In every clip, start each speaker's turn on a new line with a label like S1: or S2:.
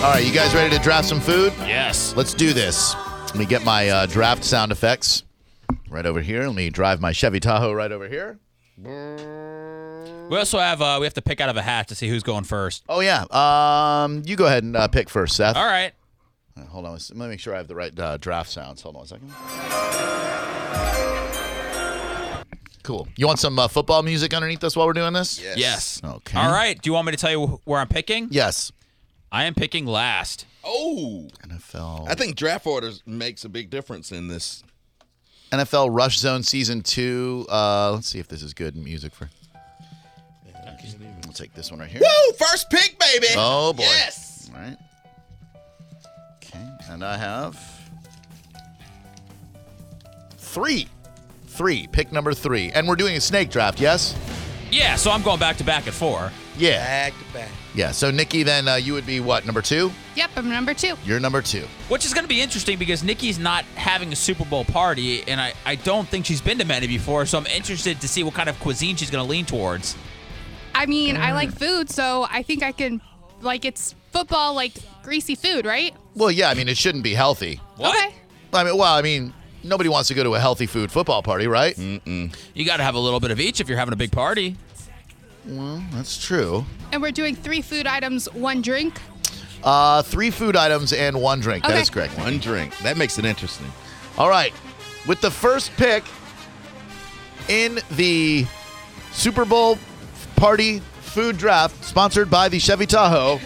S1: All right, you guys ready to draft some food?
S2: Yes.
S1: Let's do this. Let me get my uh, draft sound effects right over here. Let me drive my Chevy Tahoe right over here.
S2: We also have uh, we have to pick out of a hat to see who's going first.
S1: Oh yeah. Um, you go ahead and uh, pick first, Seth.
S2: All right.
S1: Uh, Hold on. Let me make sure I have the right uh, draft sounds. Hold on a second. Cool. You want some uh, football music underneath us while we're doing this?
S2: Yes.
S1: Okay.
S2: All right. Do you want me to tell you wh- where I'm picking?
S1: Yes.
S2: I am picking last.
S3: Oh,
S1: NFL.
S3: I think draft orders makes a big difference in this.
S1: NFL Rush Zone Season 2. Uh, let's see if this is good music for. We'll take this one right here.
S3: Woo! First pick, baby.
S1: Oh, boy.
S3: Yes.
S1: All right. Okay. And I have three. Three. Pick number three. And we're doing a snake draft, yes?
S2: Yeah. So I'm going back to back at four.
S1: Yeah.
S3: Back to back.
S1: Yeah. So, Nikki, then uh, you would be what? Number two?
S4: Yep, I'm number two.
S1: You're number two.
S2: Which is going to be interesting because Nikki's not having a Super Bowl party, and I, I don't think she's been to many before, so I'm interested to see what kind of cuisine she's going to lean towards.
S4: I mean, I
S3: Mm.
S4: like food, so I think I can, like, it's football, like greasy food, right?
S1: Well, yeah. I mean, it shouldn't be healthy.
S2: What?
S4: Okay.
S1: I mean, well, I mean, nobody wants to go to a healthy food football party, right?
S2: You got to have a little bit of each if you're having a big party.
S1: That's true.
S4: And we're doing three food items, one drink.
S1: Uh, three food items and one drink. That
S4: Okay.
S1: is correct.
S3: One drink. That makes it interesting.
S1: All right. With the first pick in the Super Bowl party food draft sponsored by the Chevy Tahoe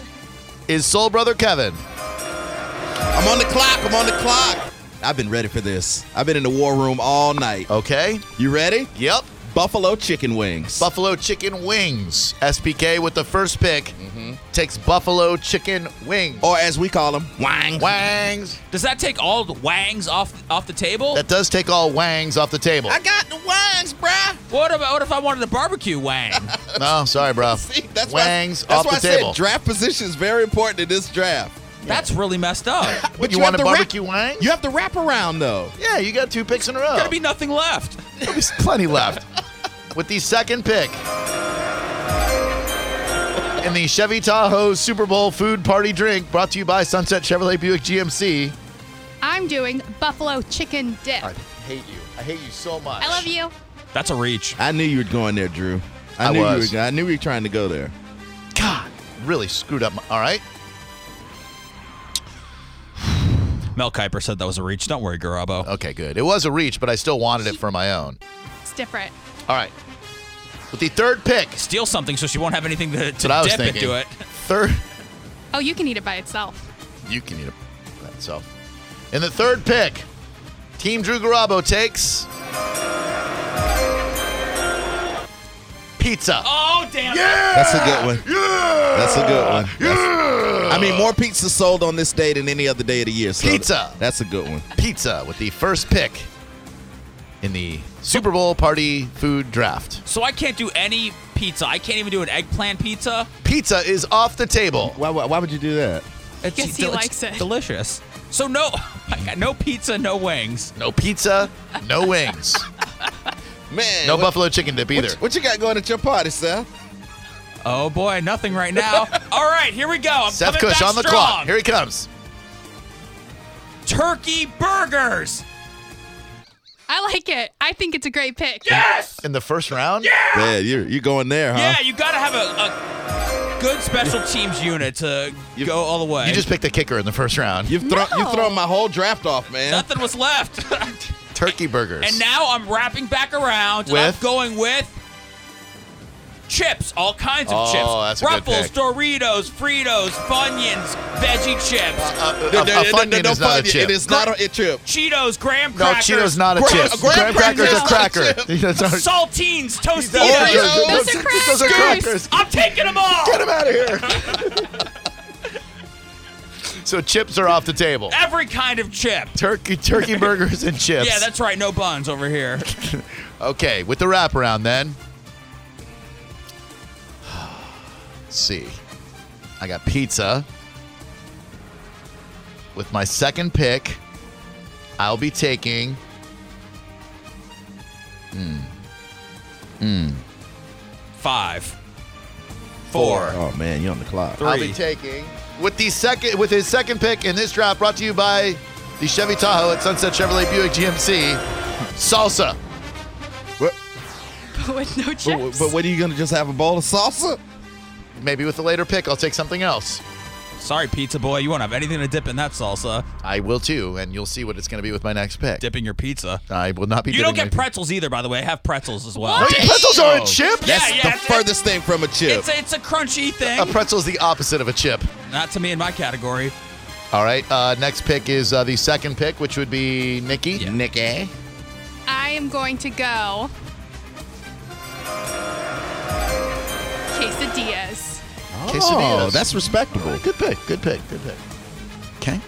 S1: is Soul Brother Kevin.
S3: I'm on the clock. I'm on the clock. I've been ready for this. I've been in the war room all night.
S1: Okay?
S3: You ready?
S1: Yep.
S3: Buffalo chicken wings.
S1: Buffalo Chicken Wings. SPK with the first pick
S3: Mm-hmm.
S1: takes Buffalo Chicken Wings.
S3: or as we call them, wang.
S1: Wangs.
S2: Does that take all the wangs off off the table?
S1: That does take all wangs off the table.
S3: I got the wangs, bruh.
S2: what about what if I wanted a barbecue wang?
S1: No, sorry, bro.
S3: See, that's
S1: wangs
S3: why,
S1: off
S3: that's why
S1: the
S3: I
S1: table.
S3: said draft position is very important in this draft.
S2: That's really messed up.
S3: But
S1: you, want
S3: have
S1: a
S3: to wrap-
S1: barbecue wang?
S3: You have to wrap around though.
S1: yeah, you got two picks in a row.
S2: Gotta be nothing left.
S1: There's plenty left. With the second pick in the Chevy Tahoe Super Bowl food party drink brought to you by Sunset Chevrolet Buick GMC.
S4: I'm doing buffalo chicken dip.
S1: I hate you. I hate you so much.
S4: I love you.
S2: That's a reach.
S3: I knew you were going there, Drew. I,
S1: I
S3: knew
S1: was.
S3: you were. I knew you were trying to go there.
S1: God, really screwed up. My, all right.
S2: Mel Kiper said that was a reach. Don't worry, Garabo.
S1: Okay, good. It was a reach, but I still wanted it for my own.
S4: It's different.
S1: All right. With the third pick,
S2: Steal something so she won't have anything to, to
S1: what I was
S2: dip
S1: thinking.
S2: into it.
S1: third.
S4: Oh, you can eat it by itself.
S1: You can eat it by itself. In the third pick, Team Drew Garabo takes pizza.
S2: Oh damn! it.
S3: That's a good one. That's a good one. That's- I mean, more pizza sold on this day than any other day of the year. So
S1: Pizza.
S3: That's a good one.
S1: Pizza with the first pick in the Super Bowl party food draft.
S2: So I can't do any pizza. I can't even do an eggplant pizza.
S1: Pizza is off the table.
S3: Why, why, why would you do that?
S2: It's
S4: Guess he likes it.
S2: Delicious. So no, I got no pizza, no wings.
S1: No pizza, no wings,
S3: Man.
S1: no
S3: what-
S1: buffalo chicken dip either.
S3: What, you- what you got going at your party, Seth?
S2: Oh boy, nothing right now. All right, here we go. I'm
S1: Seth
S2: coming
S1: Cush
S2: back
S1: on the
S2: strong.
S1: clock. Here he comes.
S2: Turkey burgers.
S4: I like it. I think it's a great pick.
S2: Yes.
S1: In the first round?
S3: Man, you're, you're going there, huh?
S2: Yeah, you gotta have a, a good special teams unit to go all the way.
S1: You just picked a kicker in the first round.
S3: You've, thrown
S4: No.
S3: you've thrown my whole draft off, man.
S2: nothing was left.
S1: Turkey burgers.
S2: And now I'm wrapping back around. and
S1: With?
S2: I'm going with chips, all kinds of
S1: Oh, that's
S2: chips.
S1: a good
S2: Ruffles,
S1: pick.
S2: Doritos, Fritos, Funyuns, veggie chips,
S1: a,
S3: No,
S1: a, a
S3: no, no, no,
S1: Funyun
S3: no,
S1: is not a
S3: Funyun.
S1: chip.
S3: It is not a a chip.
S2: Cheetos, graham
S1: No,
S2: crackers.
S1: Cheeto's not a
S3: Gra-
S1: chip.
S3: a graham
S1: cracker is a
S3: cracker
S1: cracker.
S3: is not a
S1: That's our-
S2: Saltines,
S1: Oreos.
S2: Tostitos.
S3: Oreos.
S4: Those are
S1: Those
S4: crackers.
S1: crackers.
S2: I'm taking them all.
S1: Get him out of here. So chips are off the table.
S2: Every kind of chip.
S1: Turkey, turkey burgers and chips.
S2: Yeah, that's right. No buns over here.
S1: okay. With the wraparound, then. Let's see, I got pizza. With my second pick, I'll be taking.
S2: Five. Four.
S3: Oh man, you're on the clock.
S2: Three.
S1: i I'll be taking with the second with his second pick in this draft. Brought to you by the Chevy Tahoe at Sunset Chevrolet Buick GMC. Salsa.
S4: with no chips.
S3: But, but what are you gonna just have a bowl of salsa?
S1: Maybe with the later pick, I'll take something else.
S2: Sorry, pizza boy. You won't have anything to dip in that salsa.
S1: I will too, and you'll see what it's going to be with my next pick.
S2: Dipping your pizza.
S1: I will not be.
S2: You don't
S1: dipping
S2: get
S1: my-
S2: pretzels either, by the way. I have pretzels as well.
S1: Are you- Pretzels are a chip.
S2: Yeah,
S3: That's
S2: yeah,
S3: the
S2: it's-
S3: furthest thing from a chip.
S2: It's a, it's a crunchy thing.
S1: A pretzel is Uh, the opposite of a chip.
S2: Not to me in my category.
S1: All right. Uh, next pick is uh, the second pick, which would be Nikki.
S3: Nikki.
S4: I am going to go. Quesadillas.
S3: Oh,
S1: Quesadillas.
S3: that's respectable.
S1: Good pick. Good pick. Good pick. Okay.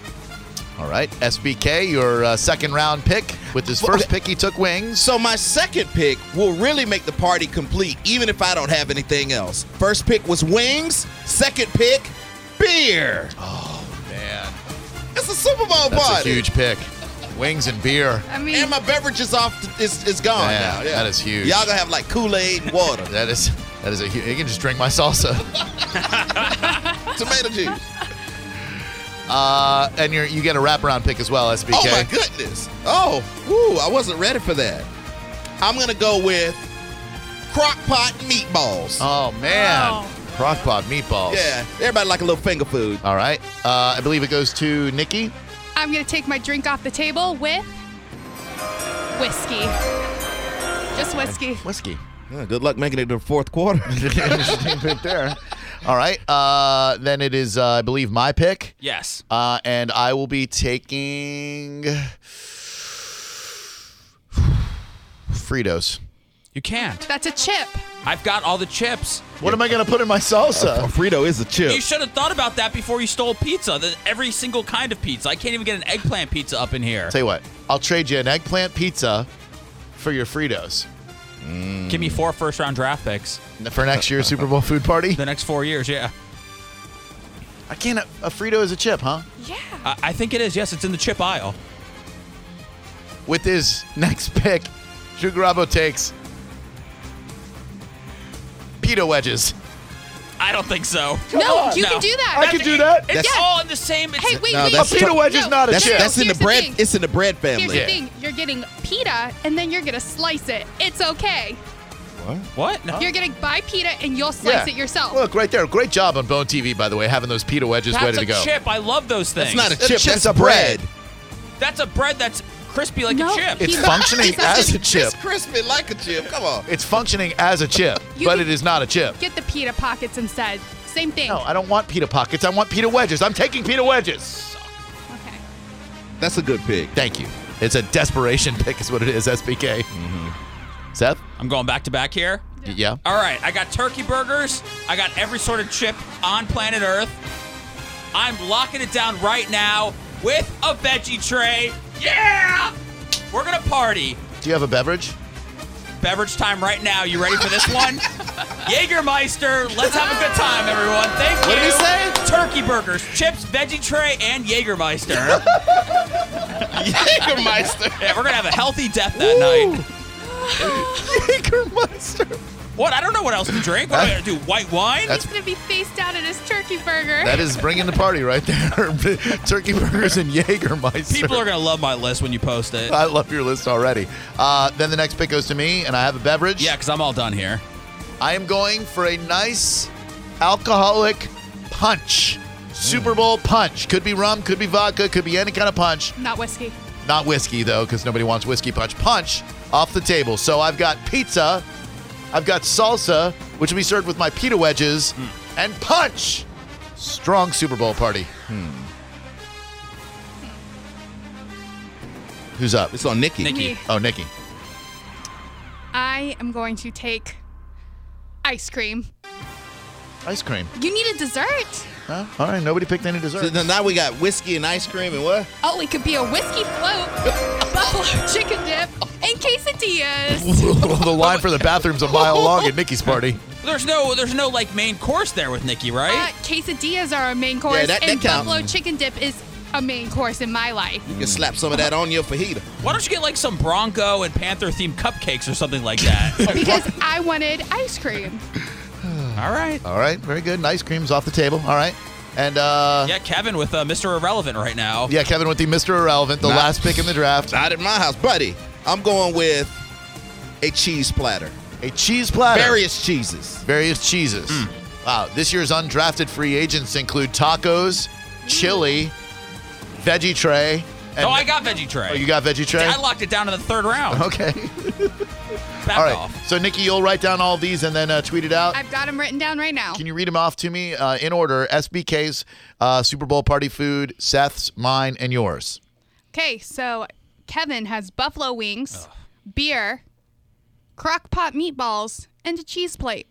S1: All right. SBK, your uh, second round pick. With his
S3: Well,
S1: first
S3: okay.
S1: pick, he took wings.
S3: So my second pick will really make the party complete, even if I don't have anything else. First pick was wings. Second pick, beer.
S1: Man,
S3: It's a Super Bowl
S1: that's
S3: party.
S1: a huge pick. Wings and beer.
S4: I mean,
S3: and my beverage is off. Is is gone
S1: Yeah,
S3: now.
S1: that is huge.
S3: Y'all gonna have like Kool Aid and water,
S1: That is that is a huge. You can just drink my salsa.
S3: tomato juice.
S1: Uh, and you're, you get a wraparound pick as well, SBK.
S3: Oh my goodness. Oh, woo! I wasn't ready for that. I'm gonna go with crock pot meatballs.
S1: Oh, man.
S4: Wow.
S1: Crockpot meatballs.
S3: Yeah, everybody like a little finger food.
S1: All right. Uh, I believe it goes to Nikki.
S4: I'm going to take my drink off the table with whiskey. Just whiskey.
S1: Whiskey.
S3: Yeah, good luck making it to the fourth quarter.
S1: Interesting pick there. All right. Uh, then it is, uh, I believe, my pick.
S2: Yes.
S1: Uh, and I will be taking Fritos.
S2: You can't.
S4: That's a chip.
S2: I've got all the chips.
S1: What am I going to put in my salsa?
S3: Frito is a chip.
S2: You should have thought about that before you stole pizza. The, every single kind of pizza. I can't even get an eggplant pizza up in here.
S1: Tell you what, I'll trade you an eggplant pizza for your Fritos
S2: Give me four first round draft picks.
S1: for next year's Super Bowl food party.
S2: The next four years, yeah.
S1: I can't. A Frito is a chip, huh?
S4: Yeah.
S2: I, I think it is. Yes, it's in the chip aisle.
S1: With his next pick, Drew Garabo takes pita wedges.
S2: I don't think so.
S4: no, you
S2: No.
S4: can do that.
S1: I can do that.
S2: It's
S3: That's-
S2: all in the same. It's,
S4: Hey, wait,
S3: No,
S4: wait.
S3: that's
S1: A pita wedge is
S4: No,
S1: not a
S3: That's
S1: chip.
S3: that's in the
S4: Here's
S3: bread.
S4: thing.
S3: it's in the bread
S4: Here's
S3: family.
S4: the thing. You're getting pita and then you're going to slice it. It's okay.
S2: What? No.
S4: You're going to buy pita and you'll slice it yourself.
S1: Look right there. Great job on Bone TV, by the way, having those pita wedges
S2: That's
S1: ready
S2: a
S1: to go.
S2: chip. I love those things.
S3: It's not a
S1: It's
S3: chip.
S1: just
S3: That's
S1: a bread.
S2: That's a bread that's crispy like
S4: No,
S2: a chip.
S1: It's
S4: Pita-
S1: functioning
S4: pizza
S1: as a
S4: wedges.
S1: chip.
S3: It's crispy like a chip. Come on.
S1: It's functioning as a chip,
S4: You
S1: but
S4: can-
S1: it is not a chip.
S4: Get the pita pockets instead. Same thing.
S1: No, I don't want pita pockets. I want pita wedges. I'm taking pita wedges.
S4: Okay.
S3: That's a good pick.
S1: Thank you. It's a desperation pick, is what it is. SBK.
S2: Mm-hmm.
S1: Seth.
S2: I'm going back to back here.
S1: Y- Yeah.
S2: All right, I got turkey burgers. I got every sort of chip on planet Earth. I'm locking it down right now with a veggie tray. Yeah! We're gonna party.
S1: Do you have a beverage?
S2: Beverage time right now. You ready for this one? Jägermeister. Let's have a good time, everyone. Thank you.
S1: What did he say?
S2: Turkey burgers, chips, veggie tray, and Jägermeister.
S3: Jägermeister.
S2: yeah, we're gonna have a healthy death that night.
S1: Jägermeister.
S2: What? I don't know what else to drink. What am I gonna do? White wine?
S1: That's-
S4: He's going to be face down in his turkey burger.
S1: That is bringing the party right there. Turkey burgers and Jägermeister.
S2: People are gonna love my list when you post it.
S1: I love your list already. Uh, then the next pick goes to me, and I have a beverage.
S2: Yeah, because I'm all done here.
S1: I am going for a nice alcoholic punch. Super Bowl punch. Could be rum, could be vodka, could be any kind of punch.
S4: Not whiskey.
S1: Not whiskey, though, because nobody wants whiskey punch. Punch off the table. So I've got pizza, I've got salsa, which will be served with my pita wedges, and punch. Strong Super Bowl party. Hmm. Who's up?
S3: It's on Nikki.
S2: Nikki.
S4: Me.
S1: Oh, Nikki.
S4: I am going to take ice cream.
S1: Ice cream.
S4: You need a dessert?
S1: Huh? All right, nobody picked any
S3: So
S1: dessert.
S3: then now we got whiskey and ice cream and what?
S4: Oh, it could be a whiskey float, buffalo chicken dip, and quesadillas.
S1: the line for the bathroom's a mile long at Mickey's party.
S2: There's no there's no like main course there with Nikki, right?
S4: Uh, quesadillas are a main course,
S3: that- that
S4: and
S3: counts.
S4: buffalo chicken dip is a main course in my life.
S3: You can slap some of that on your fajita.
S2: Why don't you get like some Bronco and Panther themed cupcakes or something like that?
S4: Because I wanted ice cream.
S2: All right.
S1: All right, very good. And ice cream's off the table. All right. And uh,
S2: Yeah, Kevin with uh, Mr. Irrelevant right now.
S1: yeah, Kevin with the Mr. Irrelevant, the
S3: Nah.
S1: last pick in the draft.
S3: Not at my house, buddy. I'm going with a cheese platter.
S1: A cheese platter.
S3: Various cheeses.
S1: various cheeses. Wow, this year's undrafted free agents include tacos, chili, veggie tray. And
S2: oh, I got veggie tray.
S1: Oh, you got veggie tray?
S2: I locked it down in the third round.
S1: okay.
S2: Back
S1: All right.
S2: off.
S1: So, Nikki, you'll write down all these and then uh, tweet it out.
S4: I've got them written down right now.
S1: Can you read them off to me uh, in order? SBK's uh, Super Bowl party food, Seth's, mine, and yours.
S4: Okay, so Kevin has buffalo wings, beer, crock pot meatballs, and a cheese plate.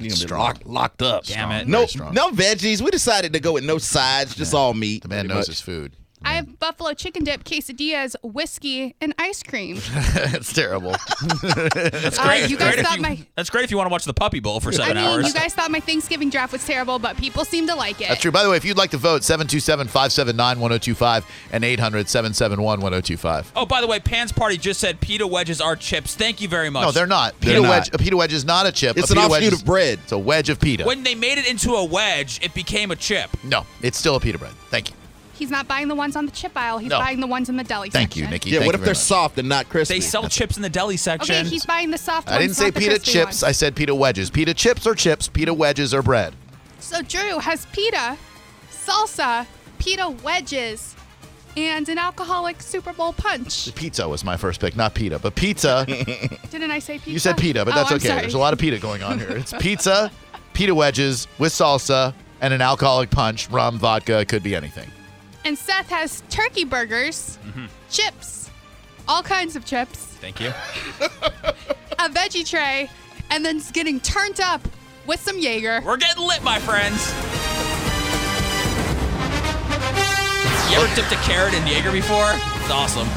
S3: You're gonna be locked, locked up.
S2: Damn it.
S3: No,
S1: strong.
S3: no veggies. We decided to go with no sides, just all meat.
S1: The man knows his food.
S4: I have buffalo chicken dip, quesadillas, whiskey, and ice cream.
S1: That's terrible.
S2: That's great.
S4: Uh, you guys
S2: Great if
S4: thought my-
S2: That's great if you want to watch the Puppy Bowl for
S4: I
S2: seven
S4: mean,
S2: hours.
S4: you guys thought my Thanksgiving draft was terrible, but people seem to like it.
S1: That's true. By the way, if you'd like to vote, 727 579 1025 and 800 771 1025.
S2: oh, by the way, Pan's Party just said pita wedges are chips. Thank you very much.
S1: No, they're not.
S3: They're
S1: Pita
S3: not.
S1: wedge. A pita wedge is not a chip.
S3: It's
S1: a
S3: an
S1: pita
S3: offshoot
S1: wedge is-
S3: of bread.
S1: It's a wedge of pita.
S2: When they made it into a wedge, it became a chip.
S1: no, it's still a pita bread. Thank you.
S4: He's not buying the ones on the chip aisle. He's
S1: No.
S4: buying the ones in the deli
S1: Thank you,
S4: section.
S1: Nikki.
S3: Yeah,
S1: Thank
S3: what
S1: you
S3: if
S1: very
S3: they're
S1: much.
S3: soft and not crispy?
S2: They sell chips in the deli section.
S4: Okay, he's buying the soft ones.
S1: I didn't say
S4: not the
S1: pita
S4: crispy
S1: chips. I
S4: ones.
S1: said pita wedges. Pita chips are chips. Pita wedges are bread.
S4: So Drew has pita, salsa, pita wedges, and an alcoholic Super Bowl punch.
S1: Pizza was my first pick, not pita. But pizza,
S4: Didn't I say pita?
S1: you said pita, but
S4: Oh,
S1: that's
S4: I'm
S1: okay.
S4: sorry.
S1: There's a lot of pita going on here. It's pizza, pita wedges with salsa, and an alcoholic punch, rum, vodka, it could be anything.
S4: And Seth has turkey burgers,
S1: Mm-hmm.
S4: chips, all kinds of chips,
S2: Thank you.
S4: a veggie tray, and then's getting turned up with some Jaeger.
S2: We're getting lit, my friends. You ever dipped a carrot in Jaeger before? It's awesome.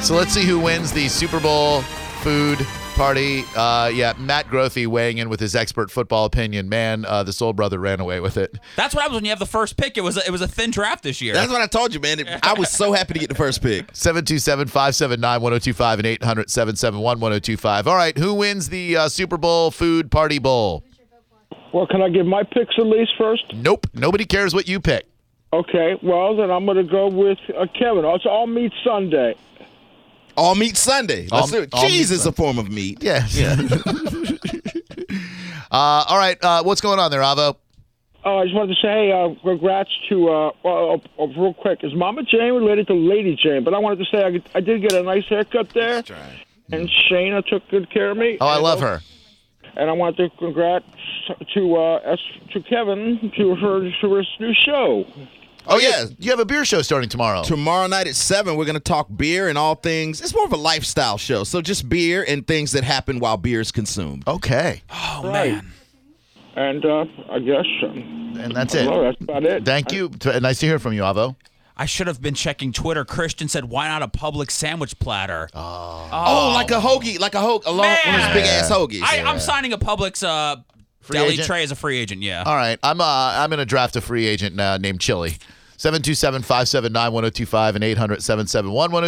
S1: So let's see who wins the Super Bowl food party. Uh, yeah, Matt Grothy weighing in with his expert football opinion. Man, uh, the Soul Brother ran away with it.
S2: That's what happens when you have the first pick. It was a, it was a thin draft this year.
S3: That's what I told you, man. I was so happy to get the first pick.
S1: 727 579 1025 and 800 771 1025. All right, who wins the uh, Super Bowl food party bowl?
S5: Well, can I give my picks at least first?
S1: Nope. Nobody cares what you pick.
S5: Okay. Well, then I'm going to go with uh, Kevin. It's all meat Sunday.
S3: All meat Sunday. Let's
S1: All-
S3: do it.
S1: all meat
S3: Cheese is a
S1: Sunday.
S3: form of meat.
S1: Yeah. yeah. uh, all right, uh, what's going on there, Avo?
S5: Uh, I just wanted to say, hey, uh, congrats to, uh, well, uh, uh, real quick, is Mama Jane related to Lady Jane? But I wanted to say I, I did get a nice haircut there, and Shayna took good care of me.
S1: Oh, I
S5: And-
S1: love her.
S5: And I wanted to congrats to uh, S- to Kevin to her to her new show.
S3: Oh, yeah.
S1: You have a beer show starting tomorrow.
S3: Tomorrow night at 7, we're going to talk beer and all things. It's more of a lifestyle show. So just beer and things that happen while beer is consumed.
S1: Okay.
S2: oh
S5: Right.
S2: man.
S5: And uh, I guess um,
S1: And that's it.
S5: well, that's about it.
S1: Thank you. T- Nice to hear from you, Avo.
S2: I should have been checking Twitter. Christian said, "Why not a public sandwich platter?"
S3: Oh, like a hoagie, like a hoagie, a long, one of
S2: Man.
S3: those big ass hoagies.
S2: I, I'm signing a Publix uh, deli
S1: agent?
S2: tray as a free agent. Yeah.
S1: All right, I'm uh, I'm gonna draft a free agent uh, named Chili. 727-579-1025 and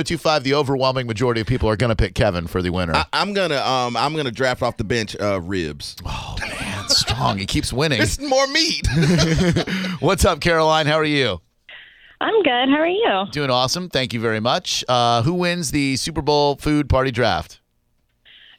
S1: 800-771-1025. The overwhelming majority of people are going to pick Kevin for the winner.
S3: I, am gonna, um, I'm gonna draft off the bench uh, ribs.
S1: That's strong. He keeps winning.
S3: It's more meat.
S1: What's up, Caroline? How are you?
S6: I'm good. How are you?
S1: Doing awesome. Thank you very much. Uh, who wins the Super Bowl food party draft?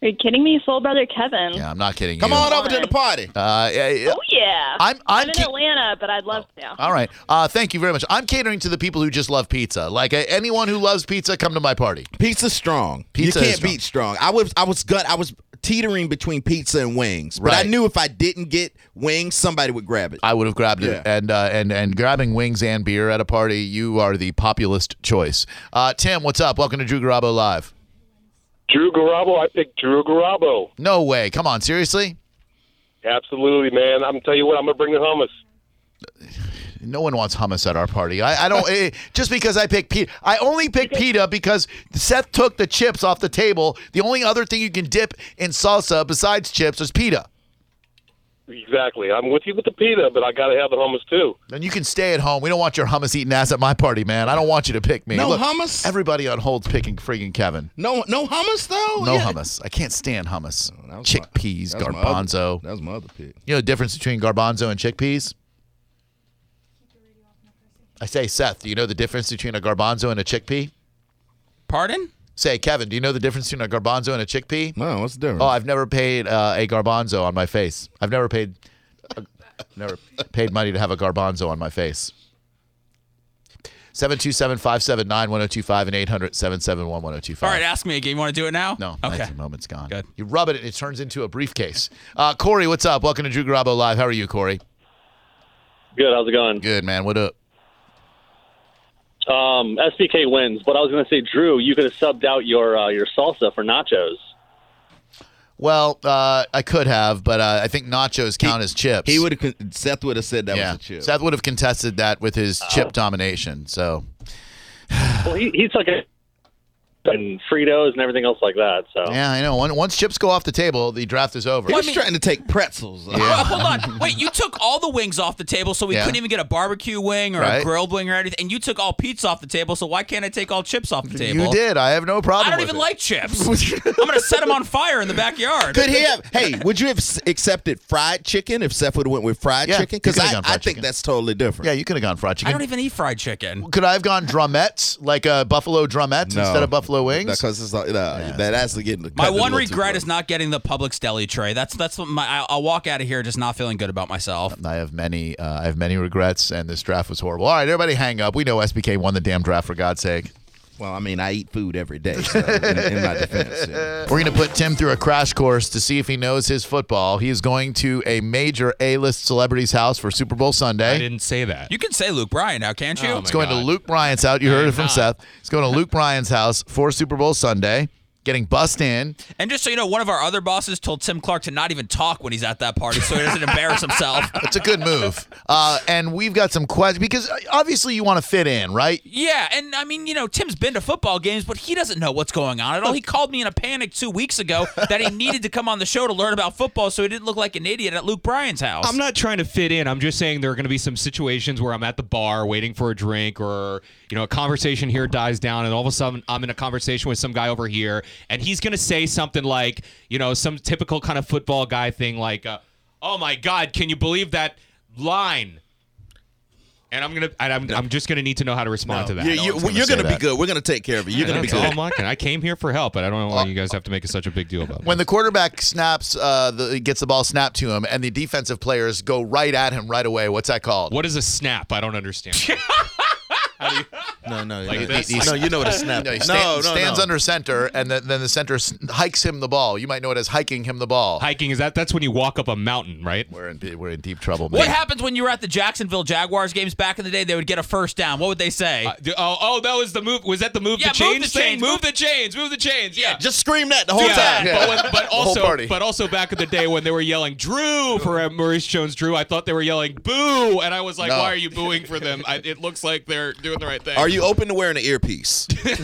S6: Are you kidding me? Soul brother Kevin.
S1: Yeah, I'm not kidding
S3: Come
S1: you.
S3: on over to the party.
S1: Uh, yeah,
S6: Oh yeah.
S1: I'm- I'm
S6: in
S1: ki-
S6: Atlanta, but I'd love to.
S1: all right. Uh, thank you very much. I'm catering to the people who just love pizza. Like uh, anyone who loves pizza, come to my party.
S3: Pizza's strong.
S1: Pizza
S3: you
S1: is
S3: can't
S1: strong.
S3: beat strong. I was, I was gut, I was teetering between pizza and wings, but
S1: Right.
S3: I knew if I didn't get wings, somebody would grab it.
S1: I would have grabbed it.
S3: Yeah.
S1: And uh, and and grabbing wings and beer at a party, you are the populist choice. Uh, Tim, what's up? Welcome to Drew Garabo Live.
S7: Drew Garabo. I picked Drew Garabo.
S1: No way. Come on, seriously?
S7: Absolutely, man. I'm tell you what. I'm gonna bring the hummus.
S1: No one wants hummus at our party. I, I don't eh, just because I picked pita. I only picked pita because Seth took the chips off the table. The only other thing you can dip in salsa besides chips is pita.
S7: Exactly. I'm with you with the pita, but I got to have the hummus too.
S1: And you can stay at home. We don't want your hummus eating ass at my party, man. I don't want you to pick me.
S3: No hummus?
S1: Everybody on hold's picking friggin' Kevin.
S3: No, no hummus though.
S1: No
S3: Yeah. Oh,
S1: hummus. I can't stand hummus.
S3: That was my-
S1: Chickpeas,
S3: that was my
S1: garbanzo.
S3: other- That was my other pick.
S1: You know the difference between garbanzo and chickpeas? I say, Seth, do you know the difference between a garbanzo and a chickpea?
S2: Pardon?
S1: Say, Kevin, do you know the difference between a garbanzo and a chickpea?
S3: No, what's the difference?
S1: Oh, I've never paid uh, a garbanzo on my face. I've never paid, I've never paid money to have a garbanzo on my face. 727-579-1025 and 800-771-1025.
S2: All right, ask me again. You want to do it now?
S1: uh,
S3: uh,
S1: No,
S2: Okay.
S1: that's the moment's gone.
S2: Good.
S1: You rub it and it turns into a briefcase. Uh, Corey, what's up? Welcome to Drew Garabo Live. How are you, Corey?
S7: Good. How's it going?
S1: Good, man. What up?
S7: Um, SBK wins, but I was going to say, Drew, you could have subbed out your uh, your salsa for nachos.
S1: Well, uh, I could have, but uh, I think nachos count as chips.
S3: He would have. Seth would have said that
S1: yeah.
S3: was a chip.
S1: Seth would have contested that with his chip domination. So
S7: Well, he, he took it and Fritos and everything else like that. So
S1: yeah, I know. Once, once chips go off the table, the draft is over.
S3: he was trying to take pretzels.
S2: Oh, hold on. Wait, you took all the wings off the table, so we
S1: Yeah.
S2: couldn't even get a barbecue wing or
S1: Right.
S2: a grilled wing or anything. And you took all pizza off the table, so why can't I take all chips off the table?
S1: You did. I have no problem.
S2: I don't
S1: with
S2: even
S1: it.
S2: like chips. I'm gonna set them on fire in the backyard.
S3: Could he have? Hey, would you have s- accepted fried chicken if Seth would have went with fried
S1: Yeah,
S3: chicken?
S1: he could
S3: I,
S1: have gone fried
S3: I think
S1: chicken.
S3: that's totally different.
S1: Yeah, you could have gone fried
S2: I
S1: chicken.
S2: don't even eat fried chicken.
S1: could I have gone drumettes, like uh, buffalo drumettes
S3: No.
S1: instead of buffalo wings?
S3: because it's like, nah, that has to get in the
S2: My
S3: cut a
S2: one
S3: little too
S2: regret
S3: close.
S2: is not getting the Publix deli tray. That's that's what my. I- I'll walk out of here just not feeling good about myself.
S1: I have many, uh, I have many regrets, and this draft was horrible. All right, everybody, hang up. We know SBK won the damn draft for God's sake.
S3: Well, I mean, I eat food every day. So in, in my defense, yeah.
S1: We're going to put Tim through a crash course to see if he knows his football. He is going to a major A-list celebrity's house for Super Bowl
S8: I
S1: Sunday.
S8: didn't say that.
S2: You can say Luke Bryan now, can't you?
S8: Oh,
S1: It's
S8: my
S1: going to
S8: God.
S1: Luke Bryant's house. You heard it from
S8: not.
S1: Seth. It's going to Luke Bryant's house for Super Bowl Sunday. Getting bussed in.
S2: and just so you know, one of our other bosses told Tim Clark to not even talk when he's at that party, so he doesn't embarrass himself.
S1: It's a good move. Uh, and we've got some questions because uh, obviously you want to fit in, right?
S2: Yeah, and I mean, you know, Tim's been to football games, but he doesn't know what's going on at all. He called me in a panic two weeks ago that he needed to come on the show to learn about football, so he didn't look like an idiot at Luke Bryan's house.
S8: I'm not trying to fit in. I'm just saying there are going to be some situations where I'm at the bar waiting for a drink or, you know, a conversation here dies down and all of a sudden I'm in a conversation with some guy over here and he's going to say something like, you know, some typical kind of football guy thing like, uh, "Oh my god, can you believe that line?" And I'm going to and I'm, I'm just going to need to know how to respond to that.
S3: You- you,
S1: one's gonna
S3: are
S1: say
S3: going to be
S1: that.
S3: good. We're going to take care of you. You're going to be
S8: That's all
S3: good.
S8: I'm liking. I came here for help, but I don't know why you guys have to make such a big deal about it.
S1: When the quarterback snaps, uh, the, gets the ball snapped to him, and the defensive players go right at him right away. What's that called?
S8: What is a snap? I don't understand.
S3: No, no,
S8: Like,
S3: no,
S8: that's-
S3: no. You know what a snap
S1: No, he
S3: is.
S1: stand,
S3: No, no,
S1: stands
S3: no.
S1: under center, and then, then the center s- hikes him the ball. You might know it as hiking him the ball.
S8: Hiking is that? That's when you walk up a mountain, right?
S1: We're in we're in deep trouble. Man.
S2: what happens when you were at the Jacksonville Jaguars games back in the day? They would get a first down. What would they say?
S8: Uh, d- oh, oh, that was the move. Was that the move
S2: Yeah,
S8: the
S2: move
S8: chains
S2: the
S8: thing?
S2: chains,
S8: Move
S2: move-
S8: the chains. Move the chains. Yeah.
S3: Just scream that the whole
S8: Yeah,
S3: time.
S8: But, when, but
S1: whole party.
S8: also, but also back in the day when they were yelling "Drew" for uh, Maurice Jones-Drew, I thought they were yelling "Boo," and I was like,
S1: No.
S8: "Why are you booing for them?" I, it looks like they're doing the right thing.
S3: Are you open to wearing an earpiece? we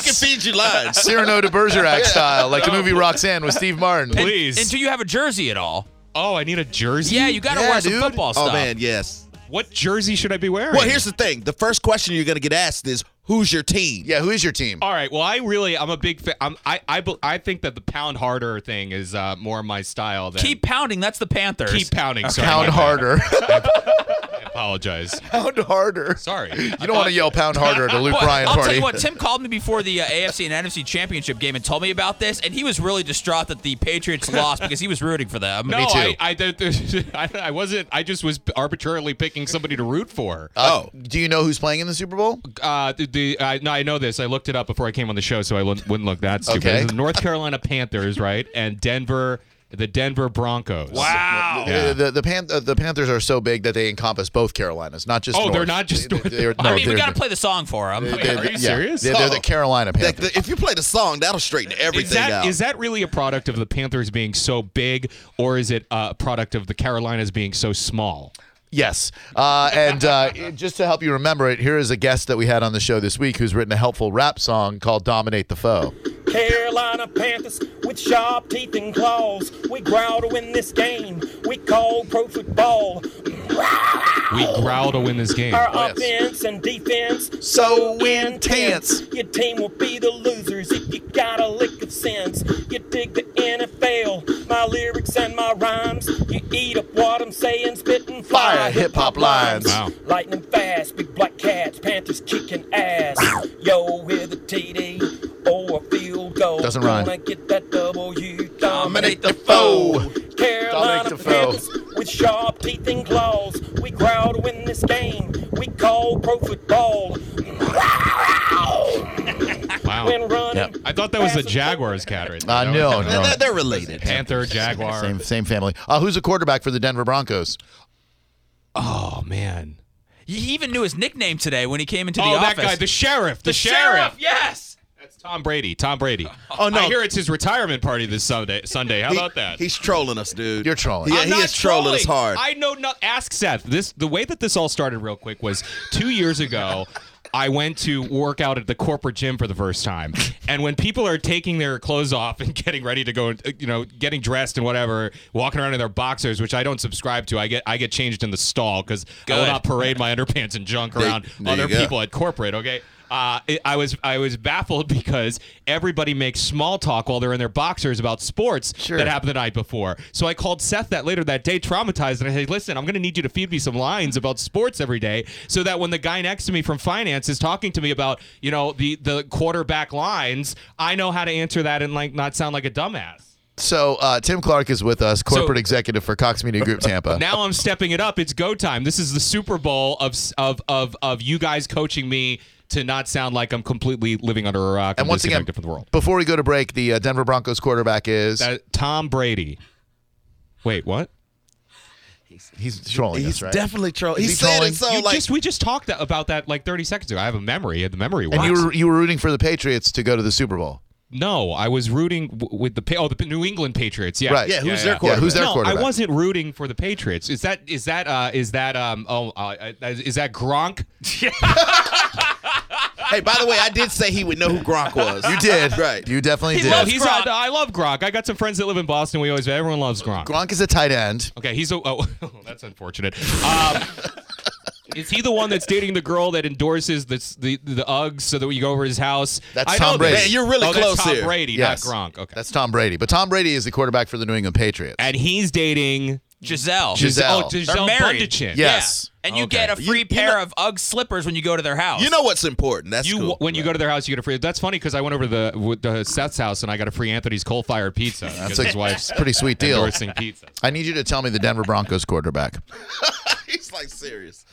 S3: can feed you lines.
S1: Cyrano de Bergerac style, like the movie Roxanne with Steve Martin.
S8: And-
S2: And
S8: Please.
S2: do you have a jersey at all?
S8: oh, I need a jersey.
S2: Yeah, you got to
S1: Yeah,
S2: wear some
S1: dude.
S2: football stuff.
S3: Oh man, yes.
S8: What jersey should I be wearing?
S3: Well, here's the thing. The first question you're going to get asked is, "Who's your team?"
S1: Yeah, who is your team?
S8: All right. Well, I really, I'm a big fan. I'm, I, I, be- I think that the pound harder thing is uh, more my style than
S2: Keep pounding. That's the Panthers.
S8: keep pounding. Sorry,
S1: Pound
S8: my bad.
S1: harder.
S8: I apologize.
S1: Pound harder.
S8: Sorry.
S1: You don't want to yell pound harder at a Luke
S2: Boy,
S1: Bryan
S2: I'll
S1: party.
S2: tell you what. Tim called me before the uh, AFC and NFC championship game and told me about this, and he was really distraught that the Patriots lost because he was rooting for them.
S8: No,
S1: too.
S8: I, I, th- th- I, I wasn't. I just was arbitrarily picking somebody to root for.
S1: oh, do you know who's playing in the Super Bowl?
S8: Uh, the, the I no, I know this. I looked it up before I came on the show, so I wouldn't wouldn't look that stupid.
S1: Okay.
S8: It's the North Carolina Panthers, right? And Denver. the Denver Broncos.
S2: Wow.
S8: Yeah.
S1: The the, the, Pan- uh, the Panthers are so big that they encompass both Carolinas, not just.
S8: Oh, they're
S1: North.
S8: not just
S1: They,
S8: North.
S1: they, are no,
S2: I mean, we
S1: they're-
S2: got to play the song for him.
S1: they're- they're-
S8: Are you
S1: yeah.
S8: serious?
S1: They're, they're the
S3: Oh.
S1: Carolina
S3: That-
S1: Panthers.
S3: that- if you play the song, that'll straighten everything
S8: Is that
S3: out.
S8: is that really a product of the Panthers being so big, or is it a product of the Carolinas being so small?
S1: Yes. Uh, and uh, just to help you remember it, here is a guest that we had on the show this week who's written a helpful rap song called Dominate the Foe.
S9: Carolina Panthers with sharp teeth and claws. We growl to win this game. We call pro football.
S8: We growl to win this game.
S9: Our
S1: yes.
S9: offense and defense
S1: So
S9: Your team will be the losers if you got a lick of sense. You dig the NFL, my lyrics and my rhymes. You eat up what I'm saying, spitting fire,
S1: Fire hip hop lines.
S8: Wow.
S9: Lightning fast, big black cats, Panthers kicking ass. Yo, with a TD or a field goal.
S1: Doesn't rhyme.
S9: Gonna get that W. Dominate
S1: Dominate the foe. Dominic
S9: Carolina
S1: Defoe.
S9: Panthers with sharp teeth and claws. We growl to win this game. We call pro football.
S8: Wow.
S9: When running,
S1: Yep.
S8: I thought that was the Jaguars cat right there.
S1: Uh, no,
S3: They're-
S1: no.
S3: they're- they're related.
S8: Panther, Jaguar.
S1: Same, same family. Uh, who's the quarterback for the Denver Broncos?
S8: Oh man.
S2: He even knew his nickname today when he came into
S8: Oh,
S2: the
S8: that
S2: office.
S8: guy, the sheriff, the,
S2: The sheriff. Yes.
S8: That's Tom Brady. Tom Brady. Oh no! I hear it's his retirement party this Sunday. Sunday. How
S3: He-
S8: about that?
S3: He's trolling us, dude.
S1: You're trolling.
S3: Yeah,
S8: I'm
S3: he
S8: not
S3: is trolling us hard.
S8: I know. No, ask Seth. This the way that this all started. Real quick was two years ago. I went to work out at the corporate gym for the first time, and when people are taking their clothes off and getting ready to go, uh, you know, getting dressed and whatever, walking around in their boxers, which I don't subscribe to, I get I get changed in the stall because I will
S2: Good.
S8: not parade my underpants and junk around
S3: there
S8: other
S3: you go.
S8: people people at corporate. Okay, uh, it- I was I was baffled because everybody makes small talk while they're in their boxers about sports that happened the night before. So I called Seth that later that day, traumatized, and I said, "Listen, I'm going to need you to feed me some lines about sports every day, so that when the guy next to me from finance is talking to me about you know the the quarterback lines, I know how to answer that and like not sound like a dumbass."
S1: So uh, Tim Clark is with us, corporate
S8: So-
S1: executive for Cox Media Group Tampa.
S8: Now I'm stepping it up. It's go time. This is the Super Bowl of of of of you guys coaching me to not sound like I'm completely living under a rock
S1: and once again,
S8: disconnected from the world.
S1: before we go to break, the uh, Denver Broncos quarterback is
S8: Uh, Tom Brady. Wait, what?
S1: he's trolling
S3: He's
S1: us, right?
S3: definitely trolling.
S1: Is
S3: He,
S1: he
S3: said
S1: trolling?
S3: it so
S8: you
S3: like
S8: just we just talked tha- about that like 30 seconds ago. I have a memory. The memory works.
S1: and you were you were rooting for the Patriots to go to the Super Bowl.
S8: no, I was rooting w- with the pa- oh the New England Patriots. Yeah,
S1: Right.
S3: Yeah, who's their
S1: Yeah, who's their
S8: no,
S1: quarterback?
S8: I wasn't rooting for the Patriots. Is that is that uh is that um oh uh, is that Gronk?
S3: Hey, by the way, I did say he would know who Gronk was.
S1: You did.
S3: Right.
S1: You definitely
S2: He
S1: did.
S8: No,
S2: loves
S8: he's
S2: Gronk.
S8: uh, I love Gronk. I got some friends that live in Boston. We always everyone loves Gronk.
S1: Gronk is a tight end.
S8: Okay, he's a. Oh, that's unfortunate. Um, is he the one that's dating the girl that endorses this, the the Uggs so that we go over his house?
S1: That's
S8: I
S1: Tom
S8: know
S1: Brady.
S8: this.
S1: Man,
S3: you're really
S8: oh, that's
S3: close
S8: Tom
S3: here.
S8: Brady,
S1: Yes.
S8: not Gronk. Okay,
S1: That's Tom Brady. But Tom Brady is the quarterback for the New England Patriots.
S8: and he's dating
S2: Giselle.
S1: Gis- Giselle.
S8: Oh,
S1: They're
S8: Giselle
S2: married.
S8: Bundchen.
S2: Yeah.
S1: Yes.
S2: And you
S1: Okay.
S2: get a free
S3: you
S2: pair
S3: know-
S2: of UGG slippers when you go to their house.
S3: You know what's important. That's
S8: You
S3: cool.
S8: when you go to their house, you get a free. That's funny because I went over to the with the Seth's house and I got a free Anthony's coal fired pizza.
S1: That's
S8: That's
S1: a
S8: his wife's
S1: pretty sweet deal.
S8: endorsing pizza.
S1: I need you to tell me the Denver Broncos quarterback.
S3: He's like serious.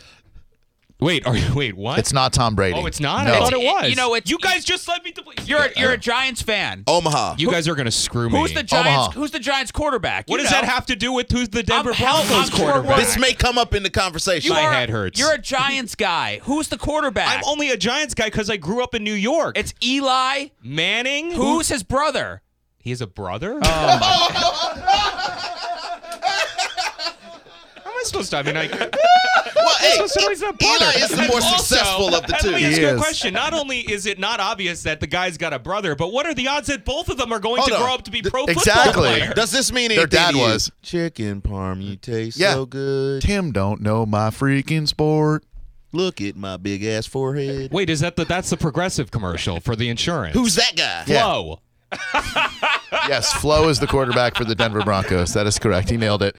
S8: Wait, are you? Wait, what?
S1: It's not Tom Brady.
S8: oh, it's not.
S1: No.
S8: I thought it was.
S2: You know, it's-
S8: you guys just led me to.
S2: You're a, you're a Giants fan.
S3: Omaha.
S8: You guys are gonna screw me.
S2: who's the Giants?
S1: Omaha.
S2: Who's the Giants quarterback?
S8: What
S2: You
S8: does
S2: know.
S8: that have to do with who's the Denver
S2: I'm- hell,
S8: Broncos
S2: I'm sure we're-
S8: quarterback?
S3: this may come up in the conversation.
S8: You
S2: You
S8: My
S2: are-
S8: head hurts.
S2: You're a Giants guy. Who's the quarterback?
S8: I'm only a Giants guy because I grew up in New York.
S2: It's Eli.
S8: Manning.
S2: Who's his brother? Um,
S8: he has a brother? How am I supposed to? I mean, I.
S3: well, hey,
S8: So- so he's a brother.
S3: Eli is the
S8: And
S3: more
S8: also,
S3: successful of the two.
S8: Let me ask you a
S1: is.
S8: question. Not only is it not obvious that the guy's got a brother, but what are the odds that both of them are going
S3: Hold
S8: to
S3: on.
S8: grow up to be pro
S1: exactly.
S8: football players?
S3: Does this mean
S1: Their
S3: anything
S1: dad
S3: to you?
S1: was.
S3: chicken parm? You taste
S1: Yeah.
S3: so good.
S1: Tim don't know my freaking sport.
S3: Look at my big ass forehead.
S8: Wait, is that the, that's the progressive commercial for the insurance?
S3: Who's that guy?
S1: Yeah.
S8: Flo?
S1: Yes, Flo is the quarterback for the Denver Broncos. That is correct. He nailed it.